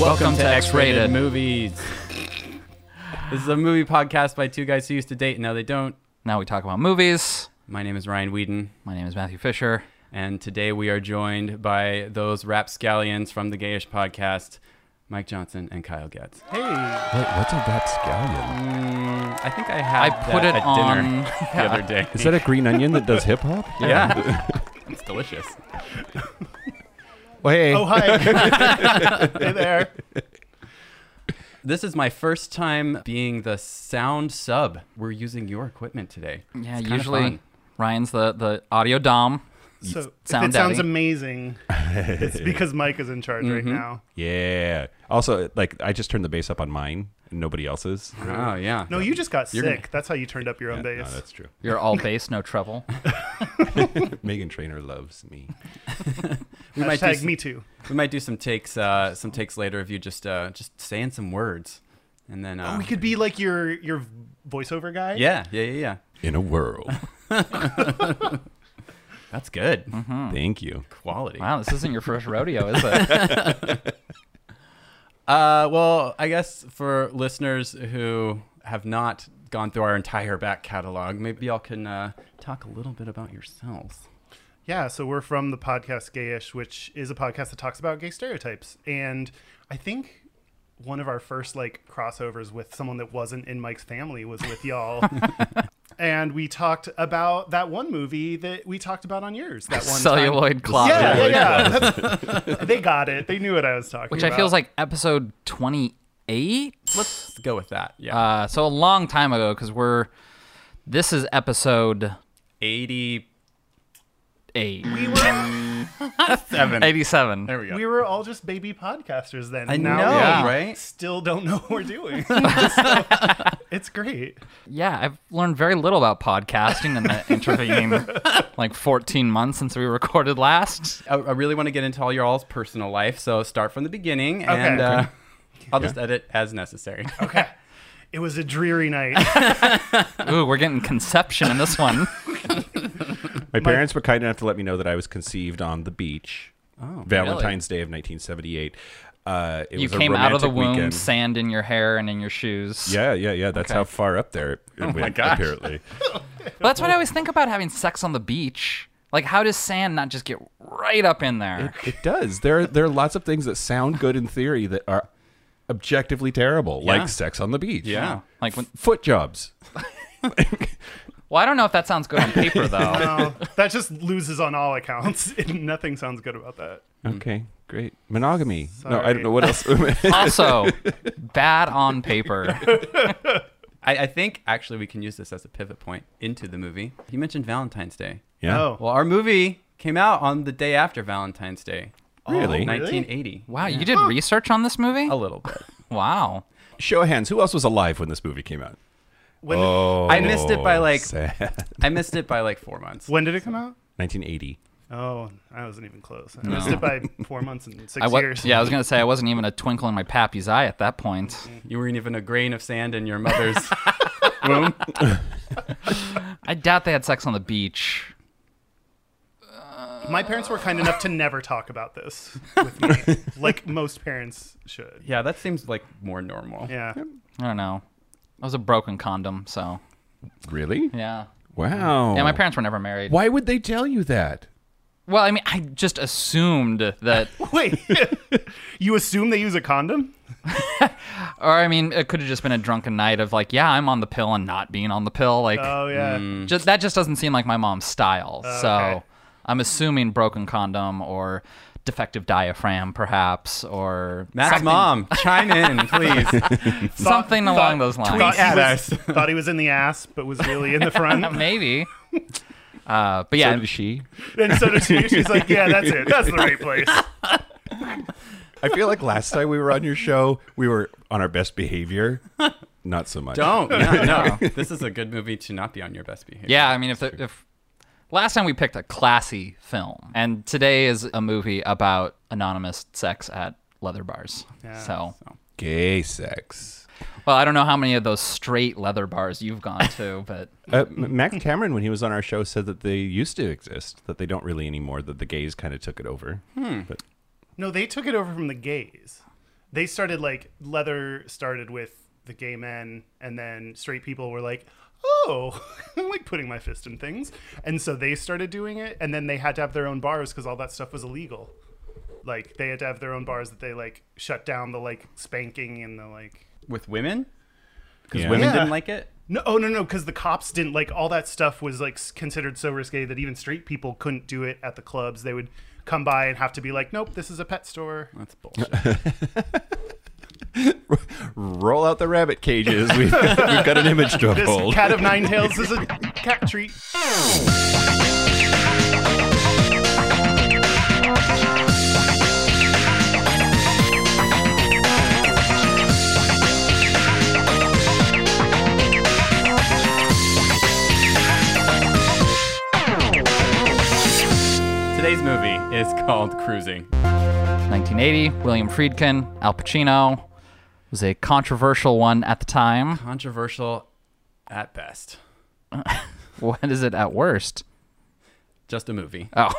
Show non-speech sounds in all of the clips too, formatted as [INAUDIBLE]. Welcome, to X Rated X-Rated. Movies. [LAUGHS] this is a movie podcast by two guys who used to date and now they don't. Now we talk about movies. My name is Ryan Whedon, My name is Matthew Fisher. and today we are joined by those rapscallions from the Gayish podcast, Mike Johnson and Kyle Getz. What, what's a rapscallion? Mm, I think I had I put that it at dinner on. [LAUGHS] the other [LAUGHS] day. Is that a green onion that does hip hop? yeah, it's delicious. Well, hey. Oh, hi. hey there. This is my first time being the sound sub. We're using your equipment today. Yeah, It's kinda usually fun. Ryan's the, the audio dom. So if Sound it sounds daddy. amazing. [LAUGHS] It's because Mike is in charge Mm-hmm. right now. Yeah. Also, like, I just turned the bass up on mine and nobody else's. [LAUGHS] Oh yeah. No, you just got You're sick. gonna- That's how you turned up your own No, bass. that's true. You're [LAUGHS] all bass, no treble. Megan Trainer loves me. we might do Hashtag some- me too. We might do some takes, uh, some takes later of you just uh, just saying some words, and then uh, Oh, we could be like your your voiceover guy. yeah, yeah, yeah, yeah. In a [LAUGHS] world. That's good Mm-hmm. Thank you. quality. Wow, this isn't your first rodeo, [LAUGHS] is it? Uh, well, I guess for listeners who have not gone through our entire back catalog, maybe y'all can uh, talk a little bit about yourselves. Yeah, so we're from the podcast Gayish, which is a podcast that talks about gay stereotypes. And I think one of our first like crossovers with someone that wasn't in Mike's family was [LAUGHS] with y'all. and we talked about that one movie that we talked about on yours. That one time. Celluloid closet. Yeah, yeah, yeah. That's- [LAUGHS] they got it. They knew what I was talking Which about. I feel is like episode 28. Let's go with that. Yeah, Uh, so a long time ago, because we're. This is episode [LAUGHS] eighty-seven. 8. we [LAUGHS] were 87. There we go. we were all just baby podcasters then. I now know, we Yeah. right? still don't know what we're [LAUGHS] doing. it's great. Yeah, I've learned very little about podcasting in [LAUGHS] the intervening like 14 months since we recorded last. I, I really want to get into all your all's personal life, so start from the beginning, and Okay. uh, I'll just edit as necessary. It was a dreary night. [LAUGHS] Ooh, we're getting conception in this one. My parents were kind enough to let me know that I was conceived on the beach. Oh, Valentine's Day of 1978. Uh, it You was a came out of the romantic womb, weekend. sand in your hair and in your shoes. Yeah, yeah, yeah. That's how far up there it it Oh went, apparently. But that's what I always think about having sex on the beach. Like, how does sand not just get right up in there? It does. There, are- there are lots of things that sound good in theory that are objectively terrible, Yeah. like sex on the beach. Yeah. Like, when, [LAUGHS] Foot jobs. well, I don't know if that sounds good on paper [LAUGHS] though. [LAUGHS] No, that just loses on all accounts. [LAUGHS] Nothing sounds good about that. Okay, great. Monogamy. No, I Sorry. don't know what else. [LAUGHS] [LAUGHS] also, bad on paper. I, I think actually we can use this as a pivot point into the movie. You mentioned Valentine's Day. yeah. Oh, Well, our movie came out on the day after Valentine's Day, really? Really? 1980. Wow, you did research on this movie? Oh. A little bit. Wow. Show of hands. Who else was alive when this movie came out? when, Oh, I missed it by, like- sad. [LAUGHS] I missed it by like four months. when did it come out? 1980. Oh, I wasn't even close. I missed it by four months and six I wa- years. yeah, I was gonna say I wasn't even a twinkle in my pappy's eye at that point. You weren't even a grain of sand in your [LAUGHS] mother's. I doubt they had sex on the beach. My parents were kind enough to never talk about this with [LAUGHS] me, like most parents should. yeah, that seems like more normal. Yeah. I don't know. I was a broken condom, so Really? yeah. Wow. Yeah, my parents were never married. Why would they tell you that? Well, I mean, I just assumed that, Wait, you assume they use a condom? or I mean, it could have just been a drunken night of like, yeah, I'm on the pill and not being on the pill. Like, Oh yeah. just that just doesn't seem like my mom's style. okay. So I'm assuming broken condom or defective diaphragm, perhaps, or [LAUGHS] Matt's something- mom, chime [LAUGHS] in, please. something Thought- along thought- those lines. Thought he, Yes. was, thought he was in the ass, but was really in the front. [LAUGHS] Maybe. Uh, but yeah, So did she? And so does she. She's like, yeah, that's it. That's the right place. I feel like last time we were on your show, we were on our best behavior. [LAUGHS] Not so much. Don't. [LAUGHS] No, no. This is a good movie to not be on your best behavior. Yeah, I mean, if the, if last time we picked a classy film, and today is a movie about anonymous sex at leather bars. so, Gay sex. well, I don't know how many of those straight leather bars you've gone to, but Uh, M- Mac Cameron, when he was on our show, said that they used to exist, that they don't really anymore, that the gays kind of took it over. But No, they took it over from the gays. they started like leather started with the gay men, and then straight people were like, oh, [LAUGHS] I like putting my fist in things, and so they started doing it, and then they had to have their own bars because all that stuff was illegal. Like they had to have their own bars that they like shut down the like spanking and the like. with women because Yeah. women Yeah. didn't like it. No, oh no, no, because the cops didn't like all that stuff was like s- considered so risque that even straight people couldn't do it at the clubs. They would come by and have to be like, nope, this is a pet store. That's bullshit. [LAUGHS] Roll out the rabbit cages. We've, we've got an image to This uphold. cat of nine tails is a cat treat. Today's movie is called Cruising. 1980, William Friedkin, Al Pacino. It was a controversial one at the time. Controversial at best. [LAUGHS] What is it at worst? Just a movie. [LAUGHS] Oh,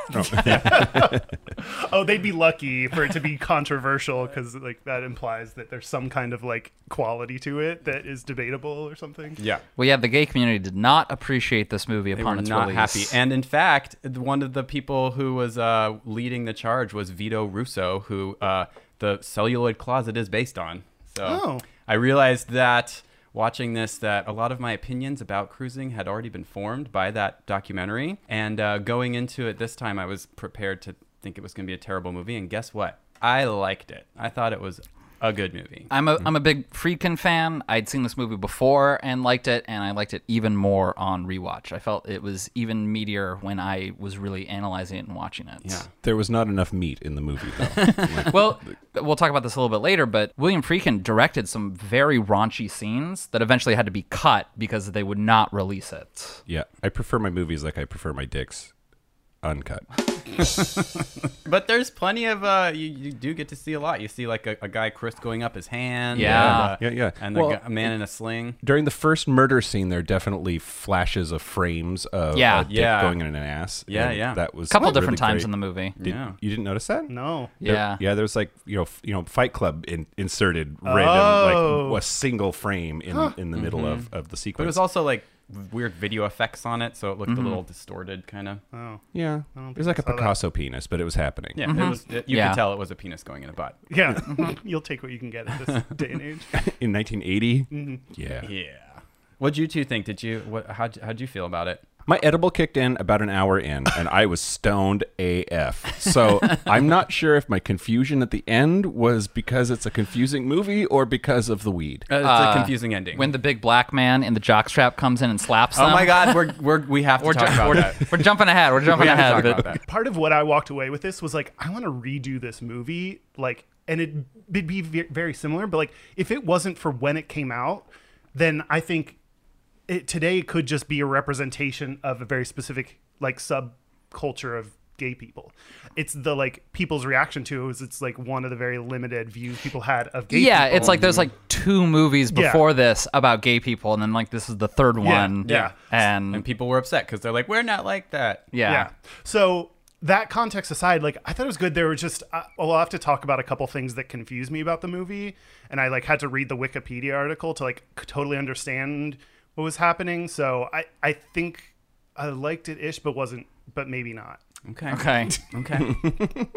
Oh, they'd be lucky for it to be controversial because like that implies that there's some kind of like quality to it that is debatable or something. Yeah. well, yeah, the gay community did not appreciate this movie They upon were its not release. happy. And in fact, th- one of the people who was uh, leading the charge was Vito Russo, who uh, the celluloid closet is based on. So Oh. I realized that watching this that a lot of my opinions about cruising had already been formed by that documentary. And uh, going into it this time, I was prepared to think it was going to be a terrible movie. And guess what? I liked it. I thought it was a good movie. I'm a I'm a big Friedkin fan. I'd seen this movie before and liked it, and I liked it even more on rewatch. I felt it was even meatier when I was really analyzing it and watching it. Yeah. There was not enough meat in the movie, though. Well, we'll talk about this a little bit later, but William Friedkin directed some very raunchy scenes that eventually had to be cut because they would not release it. yeah, I prefer my movies like I prefer my dicks uncut. But there's plenty of uh, you, you do get to see a lot. You see like a, a guy Chris going up his hand. and, Yeah. uh, Yeah, yeah. And the Well, gu- a man in a sling. During the first murder scene, there are definitely flashes of frames of Yeah. a dick Yeah. going in an ass. Yeah, and yeah. That A was couple really different times great. in the movie. Did- Yeah. You didn't notice that? No. There- Yeah. yeah. There's like you know, f- you know, Fight Club in, inserted random Oh. Mm-hmm. like a single frame in in the middle of, of the sequence. But it was also like weird video effects on it, so it looked Mm-hmm. a little distorted, kind of. Oh. yeah. don't It was think like I a saw that. Picasso penis, but it was happening. Yeah, it was. It, you Yeah. could tell it was a penis going in a butt. Yeah. [LAUGHS] You'll take what you can get at this day and age. [LAUGHS] In 1980. Mm-hmm. Yeah. Yeah. What'd you two think? Did you what? How'd, how'd you feel about it? My edible kicked in about an hour in, and I was stoned AF. [LAUGHS] So I'm not sure if my confusion at the end was because it's a confusing movie or because of the weed. Uh, it's a confusing ending. When the big black man in the jockstrap comes in and slaps oh them. my God, we're, we're we have to [LAUGHS] We're, talk ju- about we're, that. we're jumping ahead. We're jumping We have to ahead. talk but- about that. part of what I walked away with this was like, I want to redo this movie, like, and it, it'd be ve- very similar, but like, if it wasn't for when it came out, then I think it today could just be a representation of a very specific like subculture of gay people. It's the like people's reaction to it was it's like one of the very limited views people had of gay Yeah, people. it's like there's like two movies Yeah. before this about gay people, and then like this is the third one. yeah. And, And people were upset because they're like, we're not like that. yeah. Yeah. So that context aside, like I thought it was good. There were just I, well, I'll have to talk about a couple things that confused me about the movie, and I like had to read the Wikipedia article to like c- totally understand what was happening. So I I think I liked it ish, but wasn't, but maybe not. Okay. Okay. Okay.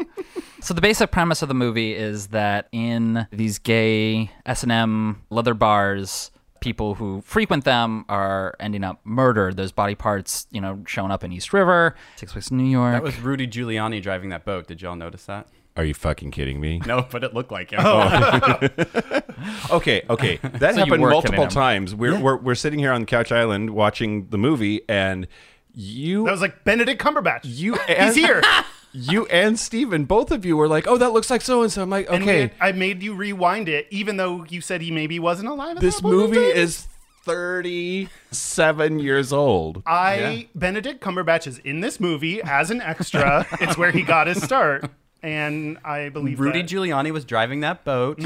so the basic premise of the movie is that in these gay S and M leather bars, people who frequent them are ending up murdered. There's body parts, you know, showing up in East River, takes place in New York. that was Rudy Giuliani driving that boat. Did y'all notice that? Are you fucking kidding me? [LAUGHS] No, but it looked like it. Okay, [LAUGHS] okay. That you happened were kidding multiple him. times. We're, we're, we're sitting here on Couch Island watching the movie, and you. That was like Benedict Cumberbatch. you [LAUGHS] He's here. You and Steven, both of you were like, oh, that looks like so and so. I'm like, And [LAUGHS] we- okay, I made you rewind it, even though you said he maybe wasn't alive. at this that point in movie time. is 37 years old. I Benedict Cumberbatch is in this movie as [LAUGHS] an extra. it's where he got his start, and [LAUGHS] I believe Rudy that. Giuliani was driving that boat. [LAUGHS]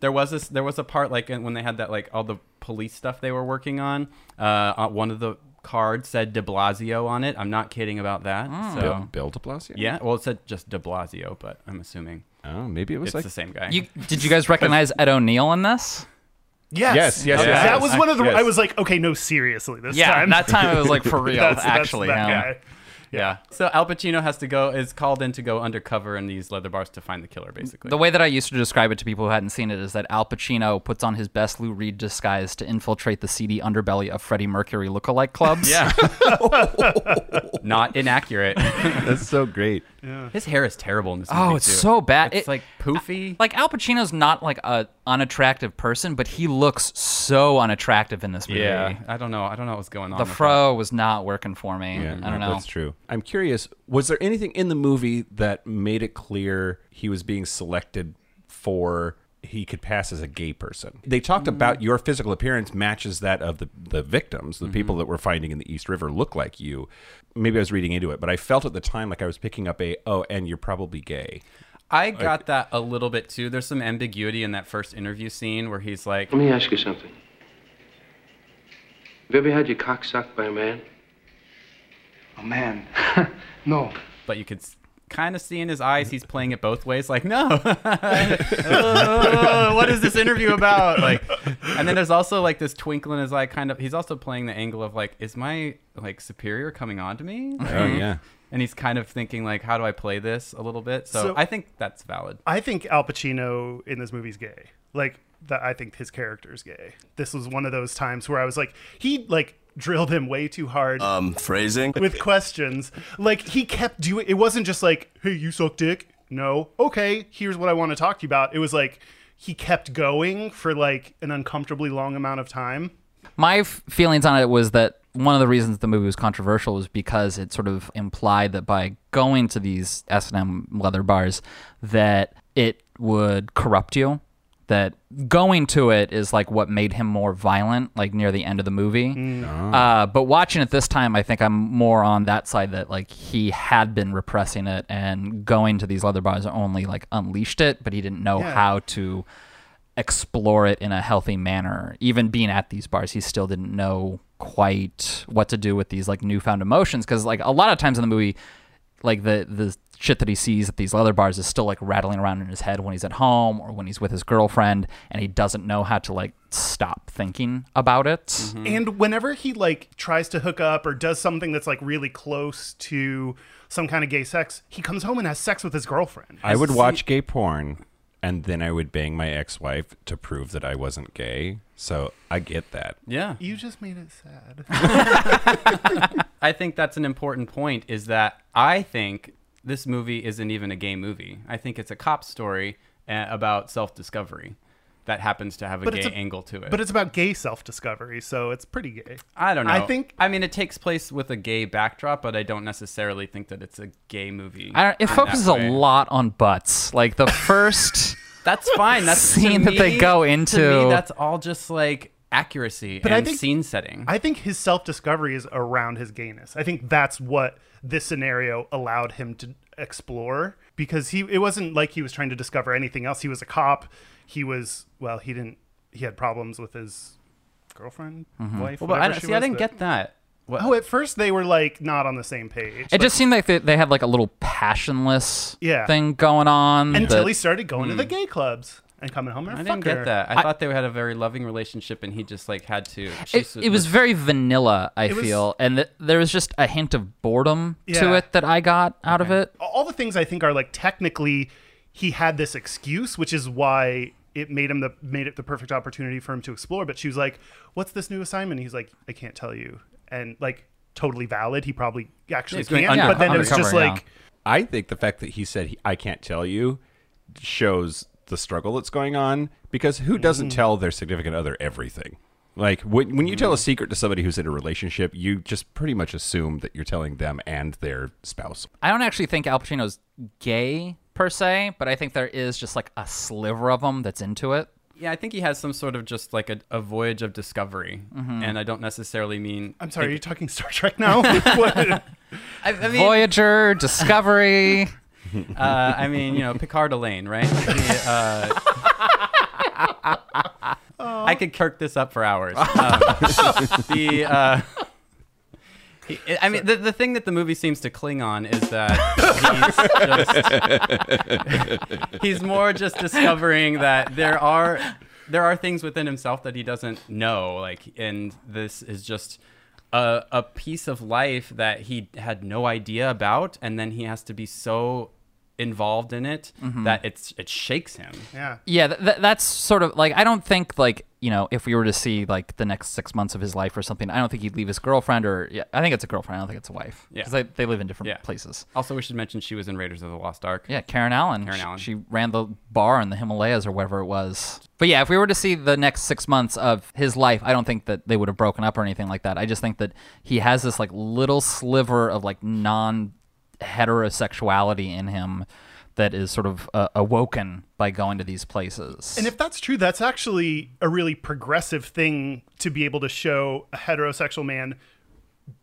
There was this. There was a part like when they had that like all the police stuff they were working on. Uh, uh, one of the card said De Blasio on it. I'm not kidding about that. So Bill, Bill de Blasio? yeah, well, it said just De Blasio, but I'm assuming Oh, maybe it was it's like the same guy. You, did you guys recognize Ed O'Neill in this? Yes. Yes, yes, Okay. yes, That yes. was one of the. Yes. I was like, okay, no, seriously, this Yeah, time. that time it was like for real, [LAUGHS] That's- that's actually. that yeah. guy. yeah. So Al Pacino has to go is called in to go undercover in these leather bars to find the killer, basically. The way that I used to describe it to people who hadn't seen it is that Al Pacino puts on his best Lou Reed disguise to infiltrate the seedy underbelly of Freddie Mercury lookalike [LAUGHS] clubs. yeah. [LAUGHS] not inaccurate. That's so great. His hair is terrible in this movie. Oh, it's too. so bad. It's It- like poofy. like Al Pacino's not like a unattractive person, but he looks so unattractive in this movie. yeah. I don't know. I don't know what's going on. The with fro was not working for me. Yeah, I don't know. Mm-hmm. That's true. I'm curious. Was there anything in the movie that made it clear he was being selected for? He could pass as a gay person. They talked Mm-hmm. about your physical appearance matches that of the, the victims, the people Mm-hmm. that we're finding in the East River look like you. Maybe I was reading into it, but I felt at the time like I was picking up a, oh, and you're probably gay. I got that a little bit too. There's some ambiguity in that first interview scene where he's like, Let me ask you something. Have you ever had your cock sucked by a man? A man. [LAUGHS] no. but you could kind of see in his eyes he's playing it both ways. Like, no, [LAUGHS] Uh, what is this interview about? Like, and then there's also like this twinkle in his eye. Kind of, he's also playing the angle of like, is my like superior coming on to me? Oh, Mm-hmm. yeah. And he's kind of thinking like, how do I play this a little bit? So, So- I think that's valid. I think Al Pacino in this movie's gay. Like that, I think his character's gay. This was one of those times where I was like, he like drilled him way too hard Um, phrasing? with questions. Like he kept doing. It wasn't just like, hey, you suck dick. No, okay, here's what I want to talk to you about. It was like he kept going for like an uncomfortably long amount of time. my f- feelings on it was that one of the reasons the movie was controversial was because it sort of implied that by going to these S&M leather bars that it would corrupt you that going to it is like what made him more violent like near the end of the movie uh, but watching it this time i think i'm more on that side that like he had been repressing it and going to these leather bars only like unleashed it but he didn't know Yeah. how to explore it in a healthy manner. Even being at these bars, he still didn't know quite what to do with these like newfound emotions because like a lot of times in the movie, like the the shit that he sees at these leather bars is still like rattling around in his head when he's at home or when he's with his girlfriend, and he doesn't know how to like stop thinking about it. Hmm. And whenever he like tries to hook up or does something that's like really close to some kind of gay sex, he comes home and has sex with his girlfriend. I would watch gay porn and then I would bang my ex wife to prove that I wasn't gay. So I get that. Yeah. You just made it sad. [LAUGHS] I think that's an important point is that I think this movie isn't even a gay movie. I think it's a cop story uh, about self discovery that happens to have a But gay it's a- angle to it. But it's about gay self discovery, so it's pretty gay. I don't know. I think I mean, it takes place with a gay backdrop, but I don't necessarily think that it's a gay movie. I don't, it in that focuses way. a lot on butts. Like [LAUGHS] the first. That's fine. [LAUGHS] That's to Scene that they me- go to into. me, that's all just like accuracy I and think- scene setting. I think his self discovery is around his gayness. I think that's what this scenario allowed him to explore because he it wasn't like he was trying to discover anything else. He was a cop. He was well, he didn't he had problems with his girlfriend, wife. well, but I whatever don't, she see, I was, didn't that- get that. What, Oh, at first they were like not on the same page. It just seemed like they, they had like a little passionless Yeah. thing going on. until that- he started going to the gay clubs and coming home and Mm. I didn't get that. I, thought they had a very loving relationship, and he just like had to. she it, should- it was very vanilla i was- feel and th- there was just a hint of boredom to Yeah. it that i got out of it all the things I think are like technically he had this excuse, which is why it made him the made it the perfect opportunity for him to explore. But she was like, "What's this new assignment?" He's like, "I can't tell you," and like totally valid. He probably actually he's going can, under- but then it was just undercover, yeah. like, I think the fact that he said he, I can't tell you shows the struggle that's going on because who doesn't tell their significant other everything? Like when, when you tell a secret to somebody who's in a relationship, you just pretty much assume that you're telling them and their spouse. i don't actually think al pacino's gay per se but i think there is just like a sliver of him that's into it Yeah, I think he has some sort of just like a, a voyage of discovery, and I don't necessarily mean. "I'm sorry, are you talking Star Trek now?" [LAUGHS] [LAUGHS] What? I, I mean, voyager discovery [LAUGHS] uh, I mean, you know, Picard Elaine, right? [LAUGHS] The, uh, I could kirk this up for hours. Um, the uh, I- I mean, the, the thing that the movie seems to cling on is that he's, just, [LAUGHS] he's more just discovering that there are there are things within himself that he doesn't know, like, and this is just a, a piece of life that he had no idea about, and then he has to be so involved in it that it's it shakes him. Yeah. yeah th- th- that's sort of like i don't think like you know if we were to see like the next six months of his life or something i don't think he'd leave his girlfriend or yeah, i think it's a girlfriend i don't think it's a wife Yeah. because they, they live in different Yeah. places Also, we should mention she was in Raiders of the Lost Ark. yeah karen allen Karen She- Allen. she ran the bar in the himalayas or wherever it was but yeah if we were to see the next six months of his life i don't think that they would have broken up or anything like that i just think that he has this like little sliver of like non heterosexuality in him that is sort of uh, awoken by going to these places And if that's true, that's actually a really progressive thing to be able to show a heterosexual man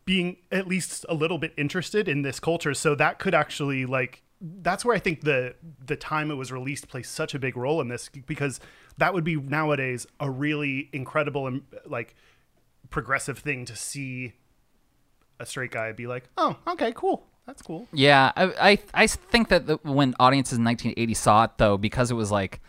being at least a little bit interested in this culture. So that could actually like that's where I think the the time it was released plays such a big role in this because that would be nowadays a really incredible and like progressive thing to see a straight guy be like, "Oh, okay, cool. That's cool." Yeah, I I, I think that the, when audiences in 1980 saw it though, because it was like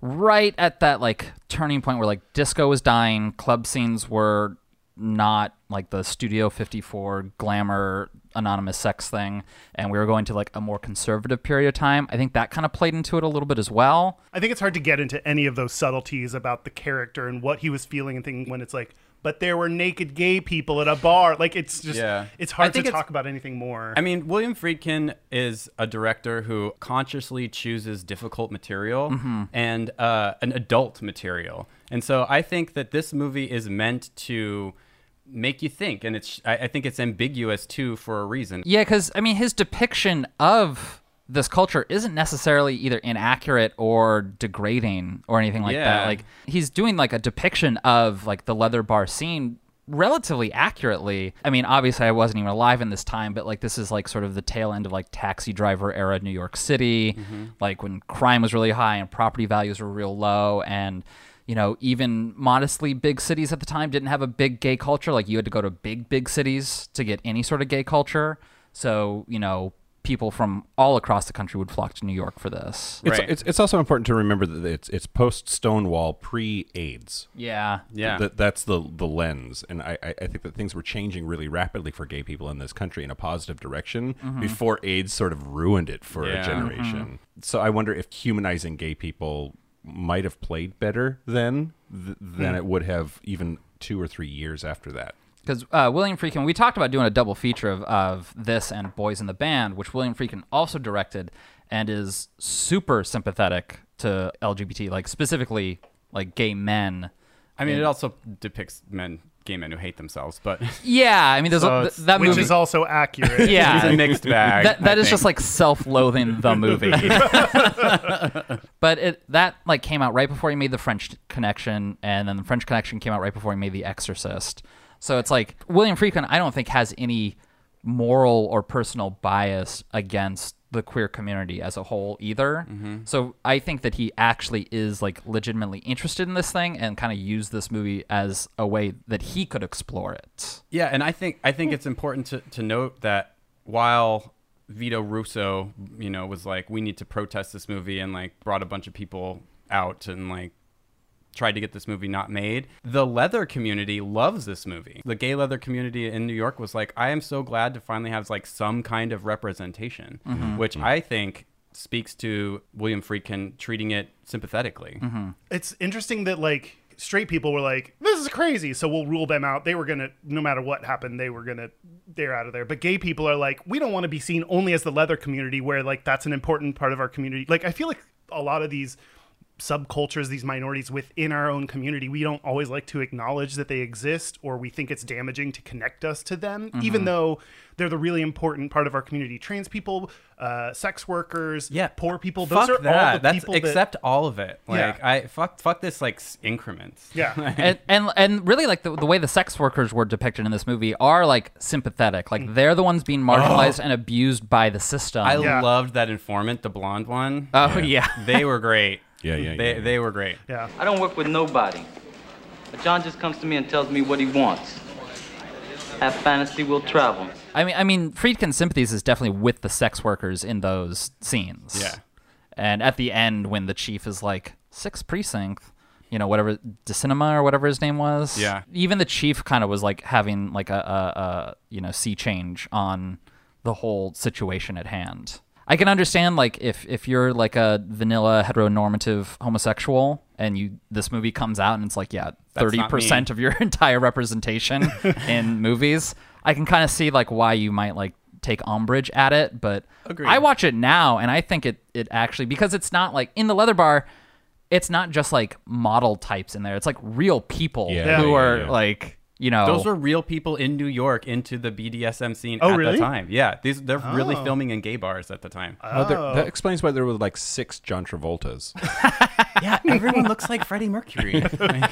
right at that like turning point where like disco was dying, club scenes were not like the Studio 54 glamour anonymous sex thing, and we were going to like a more conservative period of time. I think that kind of played into it a little bit as well. I think it's hard to get into any of those subtleties about the character and what he was feeling and thinking when it's like, but there were naked gay people at a bar. Like it's just, Yeah. it's I hard to think it's- talk about anything more. I mean, William Friedkin is a director who consciously chooses difficult material Mm-hmm. and uh, an adult material. And so I think that this movie is meant to make you think. And it's, I, I think it's ambiguous too for a reason. Yeah, because I mean, his depiction of this culture isn't necessarily either inaccurate or degrading or anything like Yeah. that. Like he's doing like a depiction of like the leather bar scene relatively accurately. I mean, obviously I wasn't even alive in this time, but like this is like sort of the tail end of like taxi driver era New York City, like when crime was really high and property values were real low and you know, even modestly big cities at the time didn't have a big gay culture. Like you had to go to big, big cities to get any sort of gay culture. So, you know, people from all across the country would flock to New York for this. It's, Right. it's, it's also important to remember that it's it's post Stonewall, pre AIDS. Yeah. Yeah. Th- that's the the lens, and I, I I think that things were changing really rapidly for gay people in this country in a positive direction before AIDS sort of ruined it for Mm-hmm. Yeah. Mm-hmm. a generation. So I wonder if humanizing gay people might have played better then th- than Hmm. it would have even two or three years after that. Because uh, William Friedkin, we talked about doing a double feature of, of this and Boys in the Band, which William Friedkin also directed and is super sympathetic to LGBT, like specifically like gay men. I mean, it also depicts men, gay men who hate themselves, but Yeah, I mean, there's So a, th- it's- that which movie. is also [LAUGHS] accurate. [LAUGHS] it's yeah, a mixed bag. that, that I is just think. like self-loathing [LAUGHS] the movie but it that like came out right before he made the french connection and then the french connection came out right before he made the exorcist so it's like william friedkin i don't think has any moral or personal bias against the queer community as a whole either Mm-hmm. so i think that he actually is like legitimately interested in this thing and kind of used this movie as a way that he could explore it Yeah, and I think I think it's important to, to note that while Vito Russo, you know, was like, we need to protest this movie and like brought a bunch of people out and like tried to get this movie not made. The leather community loves this movie. The gay leather community in New York was like, I am so glad to finally have like some kind of representation, which I think speaks to William Friedkin treating it sympathetically. It's interesting that like straight people were like, this is crazy. So we'll rule them out. They were going to, no matter what happened, they were going to, they're out of there. But gay people are like, we don't want to be seen only as the leather community where like that's an important part of our community. Like I feel like a lot of these subcultures, these minorities within our own community, we don't always like to acknowledge that they exist or we think it's damaging to connect us to them, Mm-hmm. even though they're the really important part of our community. Trans people, uh, sex workers, Yeah, poor people, Fuck those are that. all the That's people that- accept all of it. Yeah. Like I fuck fuck this like s- increments. [LAUGHS] yeah. [LAUGHS] and, and and really like the, the way the sex workers were depicted in this movie are like sympathetic like they're the ones being marginalized and abused by the system I Yeah. loved that informant, the blonde one. oh yeah, [LAUGHS] they were great. Yeah, yeah, They yeah. they were great. Yeah. I don't work with nobody. But John just comes to me and tells me what he wants. Have fantasy will travel. I mean, I mean, Friedkin sympathies is definitely with the sex workers in those scenes. Yeah. And at the end, when the chief is like sixth precinct, you know, whatever DeCinema or whatever his name was. Yeah. Even the chief kind of was like having like a, a, a you know sea change on the whole situation at hand. I can understand like if if you're like a vanilla heteronormative homosexual and you this movie comes out and it's like yeah That's thirty not me. percent of your [LAUGHS] entire representation in movies. I can kind of see like why you might like take umbrage at it, but Agreed. I watch it now and I think it it actually because it's not like in the leather bar, it's not just like model types in there. It's like real people Yeah, who yeah, are yeah. like you know Those were real people in New York into the BDSM scene Oh, at really? the time. Yeah, these they're really Oh. filming in gay bars at the time. Oh, there- that explains why there were like six John [LAUGHS] Travoltas. yeah, everyone looks like Freddie Mercury. Like,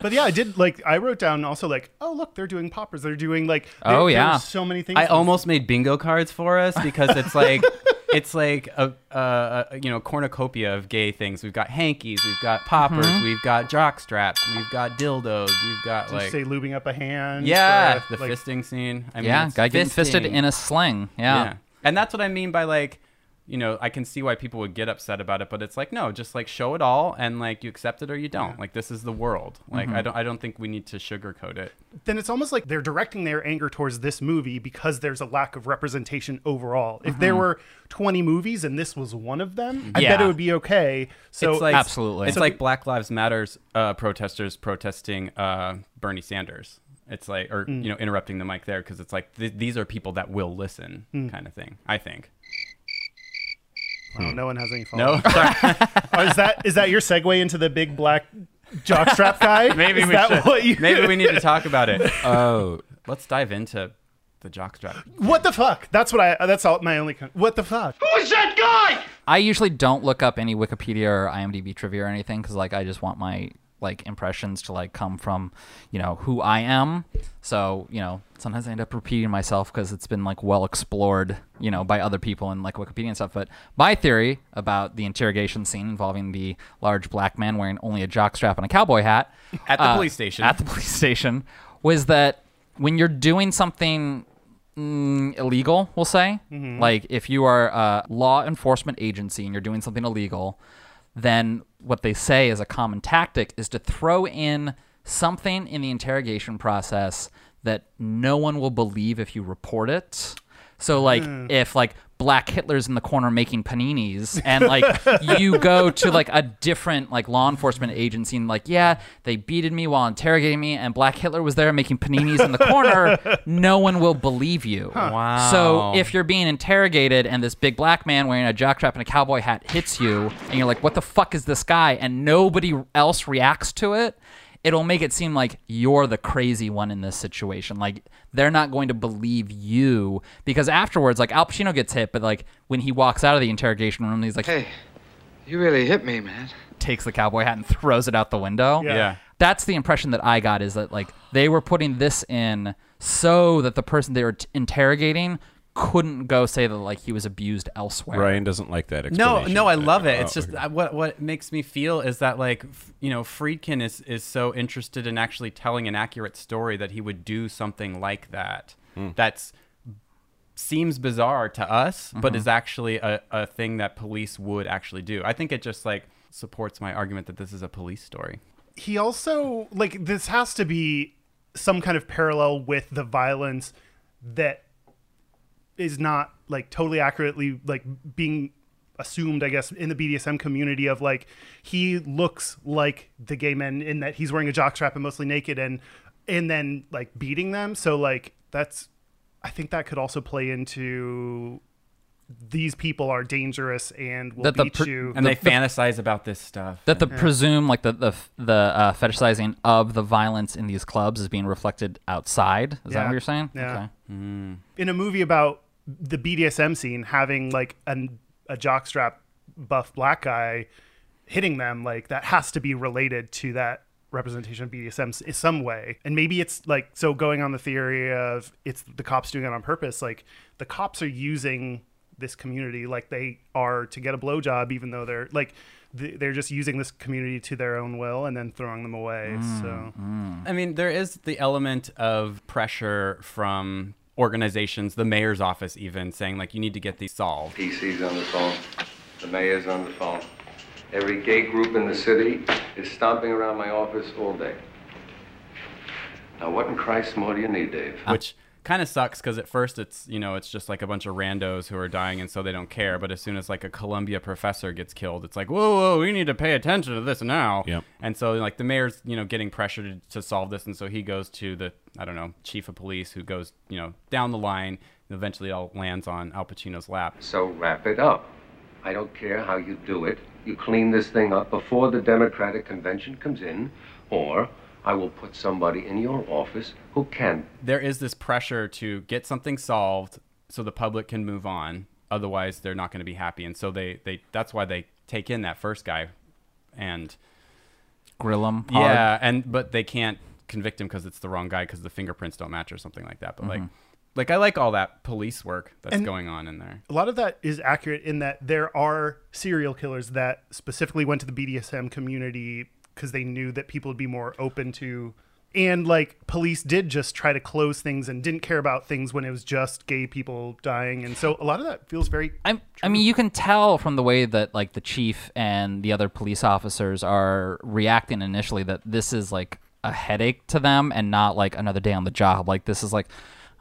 But yeah, I did like I wrote down also like, oh look, they're doing poppers. They're doing like there- Oh, there yeah. were so many things. I almost made bingo cards for [LAUGHS] us because it's like it's like a, a, a you know cornucopia of gay things. We've got hankies, we've got poppers, we've got jock straps, we've got dildos, we've got Did you like say lubing up a hand. yeah, or, the like, fisting scene. I mean, yeah it's guy getting fisted fisting. in a sling yeah. Yeah. And that's what I mean by like, you know, I can see why people would get upset about it, but it's like no, just like show it all and like you accept it or you don't. Like this is the world. Like Mm-hmm. I don't I don't think we need to sugarcoat it. Then it's almost like they're directing their anger towards this movie because there's a lack of representation overall. If Mm-hmm. there were 20 movies and this was one of them, I bet Yeah. it would be okay. So it's like Absolutely. It's So- like Black Lives Matters uh, protesters protesting uh, Bernie Sanders. It's like or you know interrupting the mic there because it's like th- these are people that will listen kind of thing. I think. Wow, no one has any follow. No, sorry. [LAUGHS] Oh, is that is that your segue into the big black jockstrap [LAUGHS] guy? maybe is we that should. what you maybe we need to talk about [LAUGHS] it. oh, Let's dive into the jockstrap. What the fuck? That's what I. That's all. My only. Con- what the fuck? Who's that guy? I usually don't look up any Wikipedia or IMDb trivia or anything because like I just want my like impressions to like come from you know who I am. So you know sometimes I end up repeating myself because it's been like well explored you know by other people and like Wikipedia and stuff. But my theory about the interrogation scene involving the large black man wearing only a jockstrap and a cowboy hat Uh, At the police station. at the police station was that when you're doing something mm, illegal, we'll say, like if you are a law enforcement agency and you're doing something illegal, then what they say is a common tactic is to throw in something in the interrogation process that no one will believe if you report it. So like if like black Hitler's in the corner making paninis and like you go to like a different like law enforcement agency and like yeah, they beated me while interrogating me and black Hitler was there making paninis in the corner, [LAUGHS] no one will believe you. Wow. So if you're being interrogated and this big black man wearing a jockstrap and a cowboy hat hits you and you're like what the fuck is this guy and nobody else reacts to it, it'll make it seem like you're the crazy one in this situation. Like they're not going to believe you because afterwards, like Al Pacino gets hit, but like when he walks out of the interrogation room, he's like Hey, you really hit me, man. takes the cowboy hat and throws it out the window. Yeah. That's the impression that I got is that like they were putting this in so that the person they were t- interrogating couldn't go say that like he was abused elsewhere. Ryan doesn't like that. No, explanation. no, I love it. It's Oh, just okay. I- what what makes me feel is that like f- you know Friedkin is is so interested in actually telling an accurate story that he would do something like that. Hmm. That's seems bizarre to us, but is actually a, a thing that police would actually do. I think it just like supports my argument that this is a police story. he also like this has to be some kind of parallel with the violence that is not like totally accurately like being assumed i guess in the bdsm community of like he looks like the gay men in that he's wearing a jockstrap and mostly naked and and then like beating them so like that's i think that could also play into these people are dangerous and will That the beat per- you And they fantasize about this stuff. That the presume like the the the uh, fetishizing of the violence in these clubs is being reflected outside. Is that Yeah. what you're saying? Yeah. Okay. in a movie about the BDSM scene having like an, a jockstrap buff black guy hitting them, like that has to be related to that representation of BDSM in some way. And maybe it's like, so going on the theory of it's the cops doing it on purpose, like the cops are using this community like they are to get a blowjob, even though they're like, th- they're just using this community to their own will and then throwing them away. So I mean, there is the element of pressure from organizations, the mayor's office, even saying, like, you need to get these solved. PC's on the phone, the mayor's on the phone. Every gay group in the city is stomping around my office all day. Now, what in Christ more do you need, Dave? which kind of sucks because at first it's you know it's just like a bunch of randos who are dying and so they don't care but as soon as like a columbia professor gets killed it's like whoa whoa we need to pay attention to this now Yep. and so like the mayor's you know getting pressured to, to solve this and so he goes to the i don't know chief of police who goes you know down the line and eventually it all lands on al pacino's lap So wrap it up. I don't care how you do it. You clean this thing up before the Democratic Convention comes in, or I will put somebody in your office who can there is this pressure to get something solved so the public can move on otherwise they're not going to be happy and so they they that's why they take in that first guy and Grill them. Yeah, and but they can't convict him because it's the wrong guy because the fingerprints don't match or something like that. But like, Mm-hmm. like I like all that police work that's And- going on in there. a lot of that is accurate in that there are serial killers that specifically went to the BDSM community because they knew that people would be more open to. And like police did just try to close things and didn't care about things when it was just gay people dying. And so a lot of that feels very. I, I mean, you can tell from the way that like the chief and the other police officers are reacting initially that this is like a headache to them and not like another day on the job. Like this is like,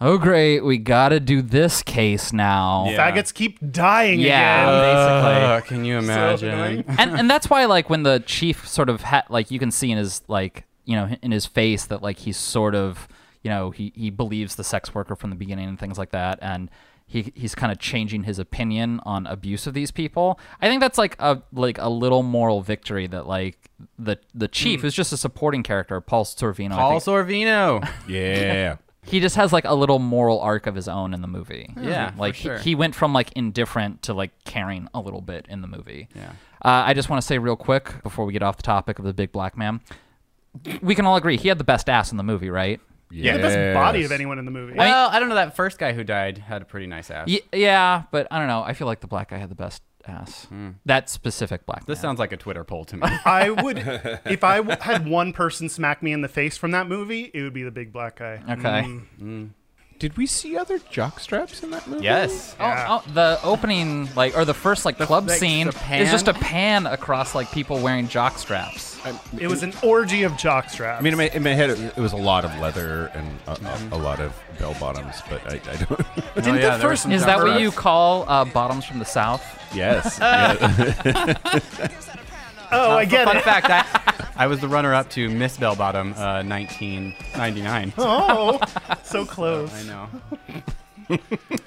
oh great, we gotta do this case now. Yeah. Faggots keep dying Yeah, again. basically. Ugh, Uh, can [LAUGHS] you imagine? annoying. [LAUGHS] and and that's why like when the chief sort of ha- like you can see in his like you know in his face that like he's sort of you know he he believes the sex worker from the beginning and things like that and he he's kind of changing his opinion on abuse of these people. I think that's like a like a little moral victory that like the the chief is just a supporting character, Paul Sorvino. I Paul think. [LAUGHS] Sorvino. Oh. [LAUGHS] Yeah. he just has like a little moral arc of his own in the movie. Yeah, for like he- sure. he, went from like indifferent to like caring a little bit in the movie. Yeah. Uh, I just want to say real quick before we get off the topic of the big black man, we can all agree he had the best ass in the movie, right? He had the best body Yes. of anyone in the movie. well, I don't know. That first guy who died had a pretty nice ass. Y- yeah, but I don't know. I feel like the black guy had the best ass. That specific black. Hmm. This man. sounds like a Twitter poll to [LAUGHS] me. I would, if I w- had one person smack me in the face from that movie, it would be the big black guy. Mm. okay. Did we see other jock straps in that movie? yes. Oh, oh, the opening like or the first like club like, scene the pan? is just a pan across like people wearing jock straps. It was an orgy of jockstraps. I mean, in my, in my head, it, it was a lot of leather and a, a, a lot of bell bottoms, but I, I don't. [LAUGHS] Didn't the first- Is that what you call uh, bottoms from the south? [LAUGHS] yes. Uh. yeah. oh, I get Fun it. fact: I, [LAUGHS] I was the runner-up to Miss Bell Bottom, uh, 1999. Oh, [LAUGHS] so close. I know.